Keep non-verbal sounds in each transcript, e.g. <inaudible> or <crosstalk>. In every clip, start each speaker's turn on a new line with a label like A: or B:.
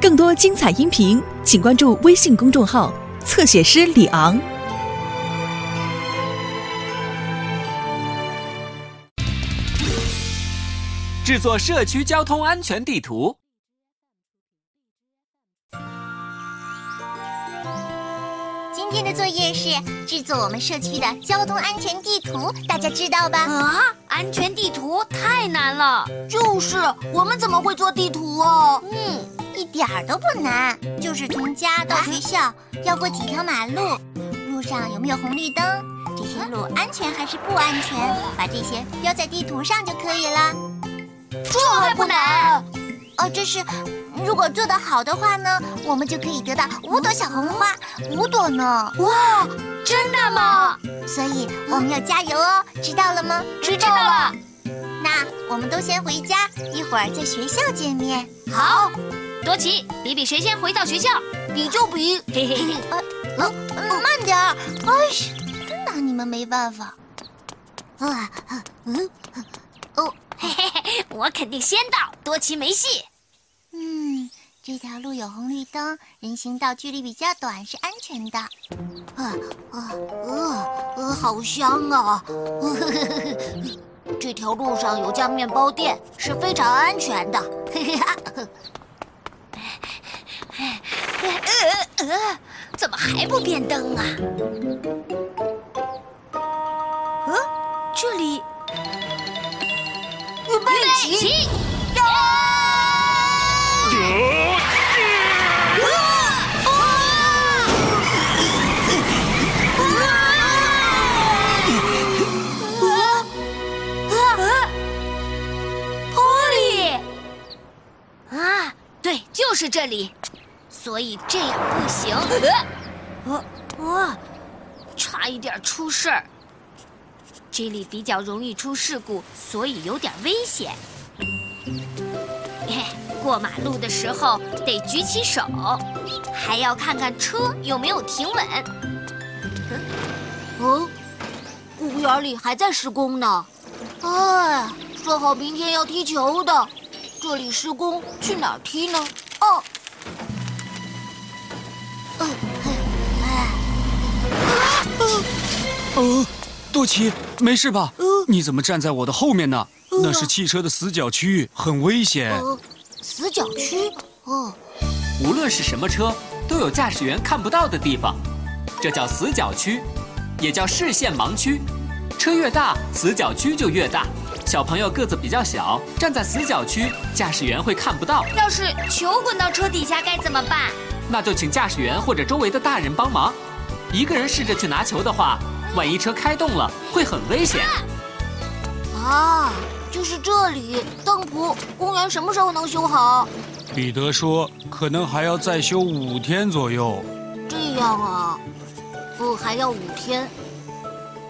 A: 更多精彩音频，请关注微信公众号“侧写师李昂”。
B: 制作社区交通安全地图。
C: 今天的作业是制作我们社区的交通安全地图，大家知道吧？
D: 啊，安全地图太难了。
E: 就是，我们怎么会做地图哦？
C: 嗯，一点儿都不难，就是从家到学校要过几条马路，路上有没有红绿灯，这些路安全还是不安全，把这些标在地图上就可以了。
E: 这还不难？
C: 哦，这是，如果做得好的话呢，我们就可以得到五朵小红花，五朵呢。
E: 哇，真的吗？
C: 所以我们要加油哦，知道了吗？
E: 知道了。
C: 那我们都先回家，一会儿在学校见面。
E: 好，
D: 多奇，比比谁先回到学校。
E: 比就比。
D: 嘿嘿嘿，
C: 嗯，嗯慢点儿。哎呀，真拿你们没办法。啊，嗯，
D: 嘿嘿嘿， <laughs> 我肯定先到，多奇没戏。
C: 嗯，这条路有红绿灯，人行道距离比较短，是安全的。
E: 啊啊啊啊！好香啊！
C: <laughs>
E: 这条路上有家面包店，是非常安全
C: <laughs>
E: 的。嘿嘿哈。
D: 呃呃，怎么还不变灯啊？
C: 啊
D: 嗯、这里
E: 预备
D: 起，
E: 起！
D: <laughs> 起波利啊，对，就是这里，所以这样不行。呃，啊，差一点出事儿。这里比较容易出事故，所以有点危险。 <laughs> 嘿过马路的时候得举起手，还要看看车有没有停稳。
E: 嗯，公园里还在施工呢。哎，说好明天要踢球的，这里施工，去哪儿踢呢？哦，哎
B: 呃，杜奇，没事吧？你怎么站在我的后面呢？那是汽车的死角区域，很危险。
C: 哎嗯
E: 呃，死角区。哦，
B: 无论是什么车，都有驾驶员看不到的地方，这叫死角区，也叫视线盲区。车越大，死角区就越大。小朋友个子比较小，站在死角区，驾驶员会看不到，
D: 要是球滚到车底下该怎么办？
B: 那就请驾驶员或者周围的大人帮忙。一个人试着去拿球的话，万一车开动了，会很危险。
E: 啊，就是这里。邓普，公园什么时候能修好？
F: 彼得说，可能还要再休五天左右。
E: 这样啊，哦，还要五天。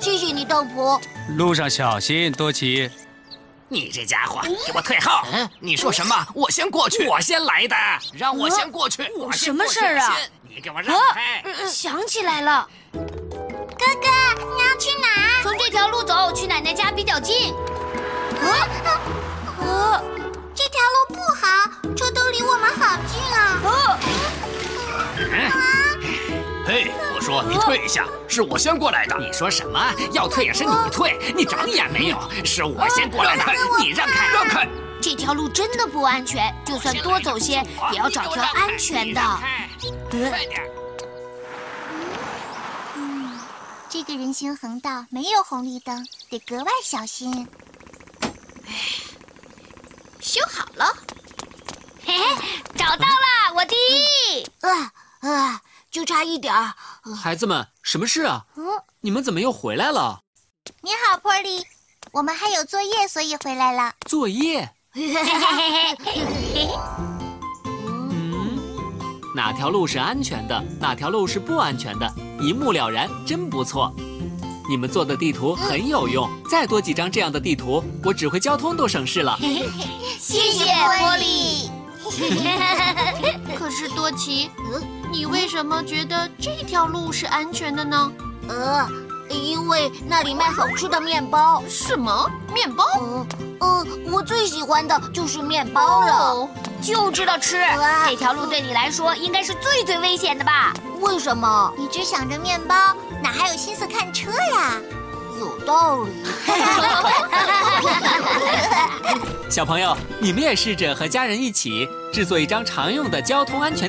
E: 谢谢你，邓普。
C: 呃
F: 路上小心，多奇。
G: 你这家
D: 哎
G: 伙，给我退后！你说什么？我先过去，我先来的，让我先过去。我先
D: 什么
G: 过去
D: 事儿啊？
G: 我先你给我让开！
D: 嗯想起来了，
C: 哥哥，你要去哪？
D: 从这条路走去奶奶家比较近。
E: 呃
C: 呃
D: 啊
C: 这条路不好，车都离我们好近啊。
D: 啊！
G: 嘿，我说
D: 你退
G: 一下，是我先过来的。你说什么？要退也是你退，你长眼没有？是我先过来的，
D: 哎
G: 你让开，让开！
D: 这条路真的不安全，就算多走些，也要找条安全的。嗯
G: 快点！
C: 这个人行横道没有红绿灯，得格外小心。
D: 修好了，嘿嘿，找到了，我第
E: <laughs>
D: 一。
E: 啊啊，就差一点儿。
D: 嗯
B: 孩子们，什么事啊？你们怎么又回来了？
C: 你好，波利，我们还有作业，所以回来了。
B: 作业？
D: 嘿嘿嘿嘿
B: 嗯，哪条路是安全的，哪条路是不安全的，一目了然，真不错。你们做的地图很有用，再多几张这样的地图，我指挥交通都省事了。
C: 谢
D: 谢波
C: 利。 <laughs>
H: 可是多
E: 呃
H: 奇，你为什么觉得这条路是安全的呢？
E: 呃，因为那里卖好吃的面包。
H: 什么面包？
E: 嗯
C: 呃
E: 嗯，我最喜欢的就是面包了。
D: 哦就知道吃
E: 哇，
D: 这条路对你来说应该是最最危险的吧？
E: 为什么？
C: 你只想着面包，哪还有心思看车呀？
E: 有道
C: <laughs>
E: 理。
B: 小朋友，你们也试着和家人一起制作一张常用的交通安全。